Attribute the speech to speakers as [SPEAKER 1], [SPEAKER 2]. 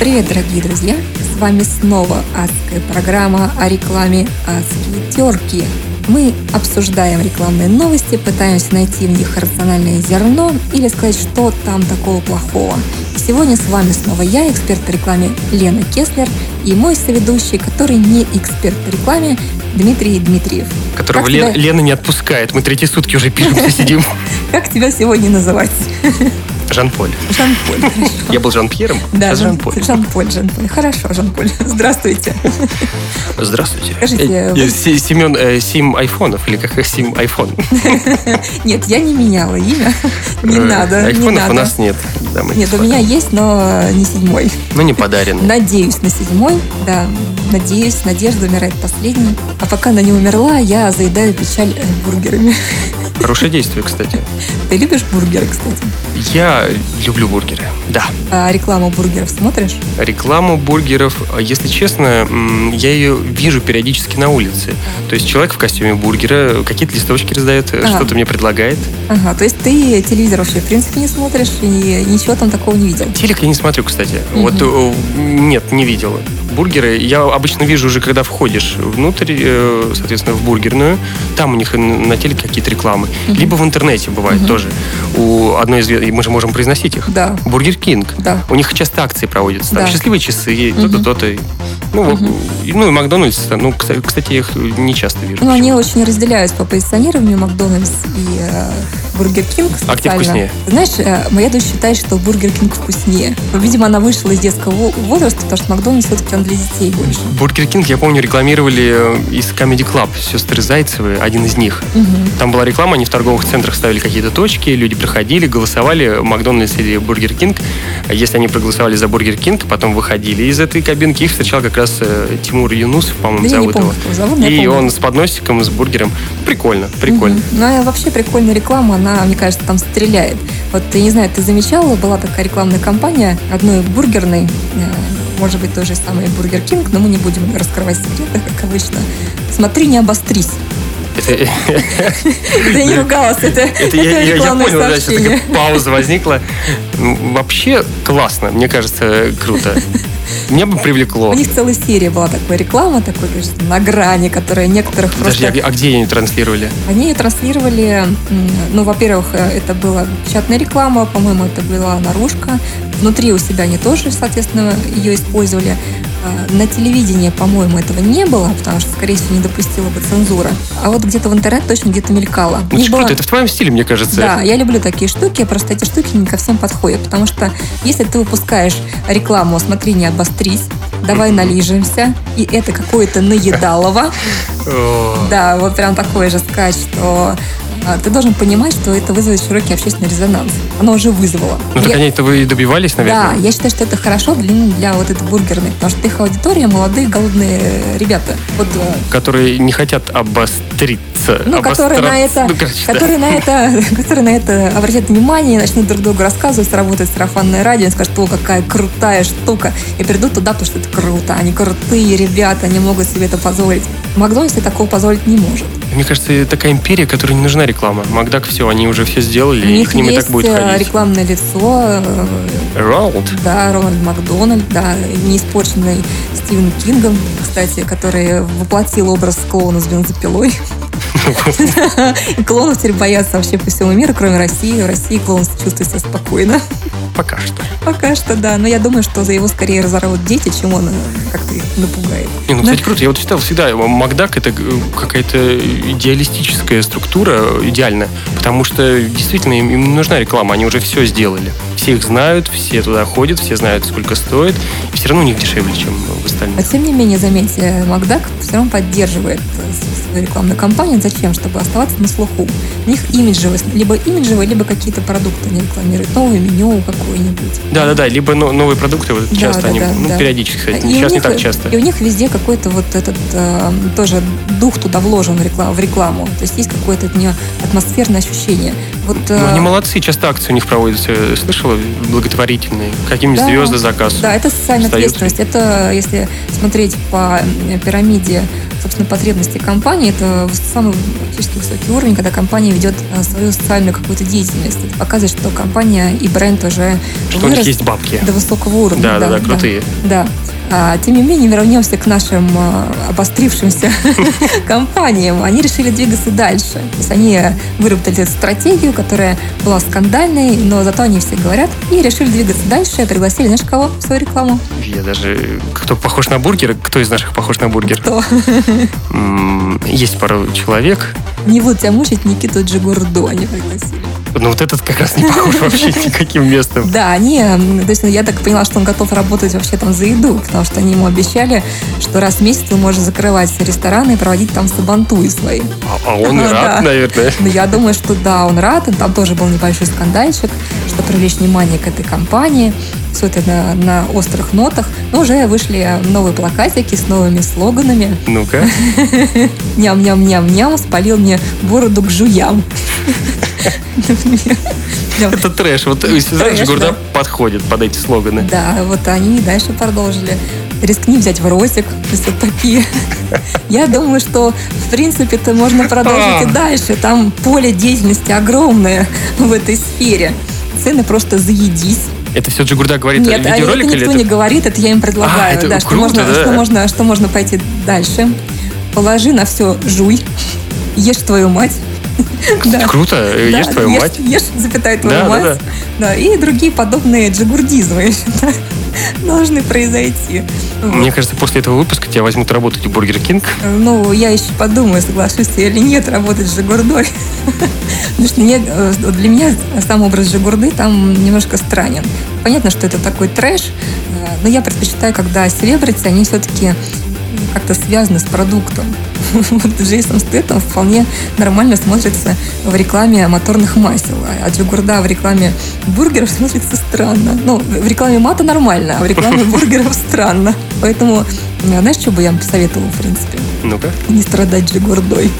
[SPEAKER 1] Привет, дорогие друзья! С вами снова адская программа о рекламе «Адские терки». Мы обсуждаем рекламные новости, пытаемся найти в них рациональное зерно или сказать, что там такого плохого. И сегодня с вами снова я, эксперт по рекламе Лена Кеслер, и мой соведущий, который не эксперт по рекламе, Дмитрий Дмитриев.
[SPEAKER 2] Которого
[SPEAKER 1] Как
[SPEAKER 2] Лен-
[SPEAKER 1] тебя-
[SPEAKER 2] Лена не отпускает. Мы третьи сутки уже пишемся, сидим.
[SPEAKER 1] Как тебя сегодня называть?
[SPEAKER 2] Жан-Поль.
[SPEAKER 1] Жан-Поль. хорошо.
[SPEAKER 2] Я был Жан-Пьером,
[SPEAKER 1] Да,
[SPEAKER 2] сейчас Жан-Поль.
[SPEAKER 1] Жан-Поль. Жан-Поль, Жан-Поль. Хорошо, Жан-Поль. Здравствуйте.
[SPEAKER 2] Здравствуйте.
[SPEAKER 1] Скажите,
[SPEAKER 2] Э,
[SPEAKER 1] вы-
[SPEAKER 2] э, Се- Семен э, Сим Айфонов, или как их Сим Айфон.
[SPEAKER 1] Нет, я не меняла имя. Не
[SPEAKER 2] Э,
[SPEAKER 1] надо, не
[SPEAKER 2] Айфонов
[SPEAKER 1] надо.
[SPEAKER 2] у нас нет. Да, мы не
[SPEAKER 1] Нет, у меня
[SPEAKER 2] смотрим.
[SPEAKER 1] есть, но не седьмой.
[SPEAKER 2] Ну, не подарен.
[SPEAKER 1] Надеюсь на седьмой, да. Надеюсь, надежда умирает последней. А пока она не умерла, я заедаю печаль э, бургерами.
[SPEAKER 2] Хорошее действие, кстати.
[SPEAKER 1] Ты любишь бургеры, кстати?
[SPEAKER 2] Я люблю бургеры. Да.
[SPEAKER 1] А рекламу бургеров смотришь?
[SPEAKER 2] Рекламу бургеров, э, если честно, м, я ее вижу периодически на улице. То есть человек в костюме бургера какие-то листочки раздает, э,
[SPEAKER 1] А.
[SPEAKER 2] что-то мне предлагает.
[SPEAKER 1] Ага, то есть ты телевизор вообще в принципе не смотришь и ничего там такого не видел.
[SPEAKER 2] Телек я не смотрю, кстати.
[SPEAKER 1] Мгм.
[SPEAKER 2] Вот э, нет, не видел. Бургеры я обычно вижу уже, когда входишь внутрь, э, соответственно, в бургерную. Там у них н- на телеке какие-то рекламы.
[SPEAKER 1] Мгм.
[SPEAKER 2] Либо в интернете бывает
[SPEAKER 1] Мгм.
[SPEAKER 2] тоже. У одной из... ве- Мы же можем произносить их.
[SPEAKER 1] Да,
[SPEAKER 2] Бургер Кинг.
[SPEAKER 1] да.
[SPEAKER 2] У них часто акции проводятся. Там
[SPEAKER 1] Да.
[SPEAKER 2] счастливые часы,
[SPEAKER 1] Мгм.
[SPEAKER 2] то-то, то-то. Ну, вот,
[SPEAKER 1] Мгм.
[SPEAKER 2] и- ну, и Макдональдс. Ну, кста- кстати, я их не часто вижу.
[SPEAKER 1] Но Ну, они
[SPEAKER 2] почему-то.
[SPEAKER 1] очень разделяются по позиционированию Макдональдс и э, Бургер Кинг.
[SPEAKER 2] А где
[SPEAKER 1] специально.
[SPEAKER 2] вкуснее?
[SPEAKER 1] Знаешь, э, моя дочь считает, что Бургер Кинг вкуснее. Видимо, она вышла из детского во- возраста, потому что Макдональдс все-таки он для детей больше.
[SPEAKER 2] Бургер Кинг, я помню, рекламировали э, из Comedy Club. Сестры Зайцевы, один из них.
[SPEAKER 1] Мгм.
[SPEAKER 2] Там была реклама, они в торговых центрах ставили какие-то точки, люди проходили, голосовали, Макдональдс или Бургер Кинг. Если они проголосовали за Бургер Кинг, потом выходили из этой кабинки, их встречал как раз э, Тимур Юнусов,
[SPEAKER 1] Да
[SPEAKER 2] по-моему,
[SPEAKER 1] я не
[SPEAKER 2] зовут
[SPEAKER 1] помню,
[SPEAKER 2] его.
[SPEAKER 1] кто его зовут, но я
[SPEAKER 2] И
[SPEAKER 1] помню.
[SPEAKER 2] он с подносиком, с бургером. Прикольно, прикольно.
[SPEAKER 1] Мгм. Ну, а вообще прикольная реклама, она, мне кажется, там стреляет. Вот, я не знаю, ты замечала, была такая рекламная кампания одной бургерной, э, может быть, той же самой Бургер Кинг, но мы не будем раскрывать секреты, как обычно. Смотри, не обострись.
[SPEAKER 2] Это, э,
[SPEAKER 1] Да я не ругалась, это,
[SPEAKER 2] это я, я- я
[SPEAKER 1] рекламное
[SPEAKER 2] понял, да, сейчас
[SPEAKER 1] сообщение.
[SPEAKER 2] такая пауза возникла. Ну, Вообще классно, мне кажется, круто. Меня бы
[SPEAKER 1] У
[SPEAKER 2] привлекло.
[SPEAKER 1] них целая серия была такой реклама, такой, конечно, на грани, которая некоторых
[SPEAKER 2] Подожди,
[SPEAKER 1] просто...
[SPEAKER 2] а, а где они транслировали?
[SPEAKER 1] Они ее транслировали, м, ну, во-первых, э, это была печатная реклама, по-моему, это была наружка. Внутри у себя они тоже, соответственно, ее использовали. Э, На телевидении, по-моему, этого не было, потому что, скорее всего, не допустила бы цензура. А вот где-то в интернет точно где-то мелькало.
[SPEAKER 2] Ну, это
[SPEAKER 1] Не
[SPEAKER 2] ж
[SPEAKER 1] было-
[SPEAKER 2] круто, это в твоем стиле, мне кажется.
[SPEAKER 1] да, я люблю такие штуки, просто эти штуки не ко всем подходят, потому что если ты выпускаешь рекламу «Смотри, не обострись», «Давай налижемся», и это какое-то наедалово,
[SPEAKER 2] О.
[SPEAKER 1] да, вот прям такой же скач, что а, ты должен понимать, что это вызовет широкий общественный резонанс. Оно уже вызвало.
[SPEAKER 2] Ну, так
[SPEAKER 1] Я-
[SPEAKER 2] они этого и добивались, наверное.
[SPEAKER 1] да, я считаю, что это хорошо для, для вот этой бургерной, потому что их аудитория молодые голодные э, ребята. Вот э,
[SPEAKER 2] которые не хотят обостриться.
[SPEAKER 1] Ну, которые на
[SPEAKER 2] обостраться.
[SPEAKER 1] это,
[SPEAKER 2] Ну, короче, да.
[SPEAKER 1] которые на это, которые на это обратят внимание, начнут друг другу рассказывать, сработает сарафанное радио, и скажут, о, какая крутая штука, и придут туда, потому что это круто, они крутые ребята, они могут себе это позволить. Макдональдс себе такого позволить не может.
[SPEAKER 2] Мне кажется, такая империя, которой не нужна реклама. Макдак все, они уже все сделали,
[SPEAKER 1] У
[SPEAKER 2] и
[SPEAKER 1] них
[SPEAKER 2] к ним и
[SPEAKER 1] есть
[SPEAKER 2] так будет
[SPEAKER 1] э,
[SPEAKER 2] ходить.
[SPEAKER 1] рекламное лицо, э,
[SPEAKER 2] Роуд.
[SPEAKER 1] да, Рональд Макдональд, да, не испорченный Стивен Кингом, кстати, который воплотил образ клоуна с бензопилой. И клоунов теперь боятся вообще по всему миру, кроме России. В России клоун чувствует себя спокойно.
[SPEAKER 2] Пока что.
[SPEAKER 1] Пока что, да. Но я думаю, что за его скорее разорвут дети, чем он э, как-то их напугает.
[SPEAKER 2] Не, ну, кстати, круто. Я вот считал всегда, Макдак это э, какая-то идеалистическая структура, идеально. Потому что действительно им, им не нужна реклама, они уже все сделали. Все их знают, все туда ходят, все знают, сколько стоит. И все равно у них дешевле, чем в
[SPEAKER 1] Но,
[SPEAKER 2] остальных.
[SPEAKER 1] А тем не менее, заметьте, Макдак все равно поддерживает э, с- свою рекламную кампанию. Зачем? Чтобы оставаться на слуху. У них имиджевые, либо имиджевые, либо какие-то продукты они рекламируют. Новое меню какое-нибудь.
[SPEAKER 2] Да-да-да, либо но- новые продукты, вот
[SPEAKER 1] Да,
[SPEAKER 2] часто
[SPEAKER 1] да,
[SPEAKER 2] они,
[SPEAKER 1] да,
[SPEAKER 2] ну,
[SPEAKER 1] да.
[SPEAKER 2] периодически, кстати,
[SPEAKER 1] И у
[SPEAKER 2] сейчас не
[SPEAKER 1] них-
[SPEAKER 2] так часто.
[SPEAKER 1] И у них везде какой-то вот этот э, тоже дух туда вложен в рекла- в рекламу. То есть есть какое-то от нее атмосферное ощущение. Вот,
[SPEAKER 2] Ну,
[SPEAKER 1] э,
[SPEAKER 2] они молодцы, часто акции у них проводятся. э, Слышала, инициативы благотворительные, какими
[SPEAKER 1] Да.
[SPEAKER 2] звезды заказ.
[SPEAKER 1] Да, это социальная
[SPEAKER 2] встают.
[SPEAKER 1] ответственность. Это, если смотреть по м, пирамиде, собственно, потребностей компании, это самый практически высокий уровень, когда компания ведет а, свою социальную какую-то деятельность. Это показывает, что компания и бренд уже
[SPEAKER 2] Что у них
[SPEAKER 1] вырос
[SPEAKER 2] есть бабки.
[SPEAKER 1] до высокого уровня.
[SPEAKER 2] Да, да, да, крутые.
[SPEAKER 1] Да. А, тем не менее, вернемся к нашим а, обострившимся компаниям. Они решили двигаться дальше. То есть они выработали стратегию, которая была скандальной, но зато они все говорят, и решили двигаться дальше, и пригласили, знаешь, кого в свою рекламу?
[SPEAKER 2] Я даже... э, Кто похож на бургер? Кто из наших похож на бургер?
[SPEAKER 1] Кто?
[SPEAKER 2] М, Есть пару человек.
[SPEAKER 1] Не буду тебя мучить, Никиту Джигурду они пригласили.
[SPEAKER 2] Но вот этот как раз не похож вообще никаким местом.
[SPEAKER 1] Да, они, м, то есть ну, я так поняла, что он готов работать вообще там за еду, потому что они ему обещали, что раз в месяц он может закрывать рестораны и проводить там сабантуи свои.
[SPEAKER 2] А- А он и
[SPEAKER 1] Ну Да.
[SPEAKER 2] рад, наверное.
[SPEAKER 1] Но я думаю, что да, он рад. И Там тоже был небольшой скандальчик, что привлечь внимание к этой компании. Все это на, на острых нотах. Но уже вышли новые плакатики с новыми слоганами.
[SPEAKER 2] Ну-ка.
[SPEAKER 1] Ням-ням-ням-ням спалил мне бороду к жуям. Например. Ням.
[SPEAKER 2] Это трэш. Вот э,
[SPEAKER 1] Трэш,
[SPEAKER 2] знаешь, Гурда
[SPEAKER 1] да.
[SPEAKER 2] подходит под эти слоганы.
[SPEAKER 1] Да, вот они и дальше продолжили. Рискни взять в ротик. То есть вот такие. Я думаю, что, в принципе, это можно продолжить и
[SPEAKER 2] А.
[SPEAKER 1] дальше. Там поле деятельности огромное в этой сфере. Цены просто заедись.
[SPEAKER 2] Это все Джигурда говорит
[SPEAKER 1] Нет, а это
[SPEAKER 2] видеоролик или
[SPEAKER 1] никто
[SPEAKER 2] это
[SPEAKER 1] не говорит, это я им предлагаю.
[SPEAKER 2] А, это
[SPEAKER 1] да, что,
[SPEAKER 2] круто,
[SPEAKER 1] можно,
[SPEAKER 2] да.
[SPEAKER 1] что, можно, что можно пойти дальше. Положи на все жуй, ешь твою мать. Да.
[SPEAKER 2] Круто, э,
[SPEAKER 1] Да,
[SPEAKER 2] ешь твою
[SPEAKER 1] ешь,
[SPEAKER 2] мать.
[SPEAKER 1] Ешь, запятая твою
[SPEAKER 2] Да, да,
[SPEAKER 1] мать.
[SPEAKER 2] да.
[SPEAKER 1] Да, и другие подобные джигурдизмы, я считаю, должны произойти. Вот.
[SPEAKER 2] Мне кажется, после этого выпуска тебя возьмут работать в Бургер Кинг.
[SPEAKER 1] Ну, я еще подумаю, соглашусь я или нет работать с Жигурдой. Потому что мне, э, для меня сам образ Жигурды там немножко странен. Понятно, что это такой трэш, э, но я предпочитаю, когда селебрити, они все-таки как-то связаны с продуктом. Вот Джейсон Стэттем вполне нормально смотрится в рекламе моторных масел, а Джигурда в рекламе бургеров смотрится странно. Ну, в рекламе мата нормально, а в рекламе бургеров странно. Поэтому, э, знаешь, что бы я им посоветовала, в принципе?
[SPEAKER 2] Ну-ка.
[SPEAKER 1] не страдать же гордой.